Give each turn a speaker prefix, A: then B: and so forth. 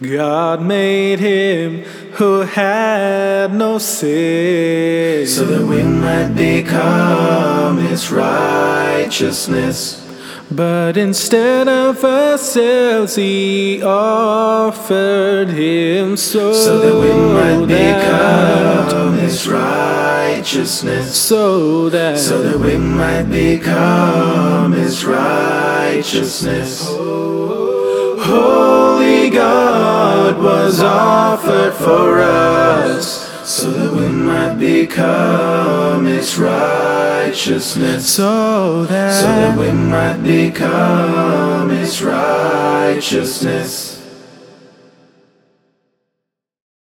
A: God made him who had no sin.
B: so that we might become his righteousness.
A: But instead of ourselves, he offered himself.
B: So that we might become his righteousness.
A: So that.
B: So that we might become his righteousness. Holy God was offered for us. So that we might become his righteousness.
A: so that.
B: So that we might become his righteousness.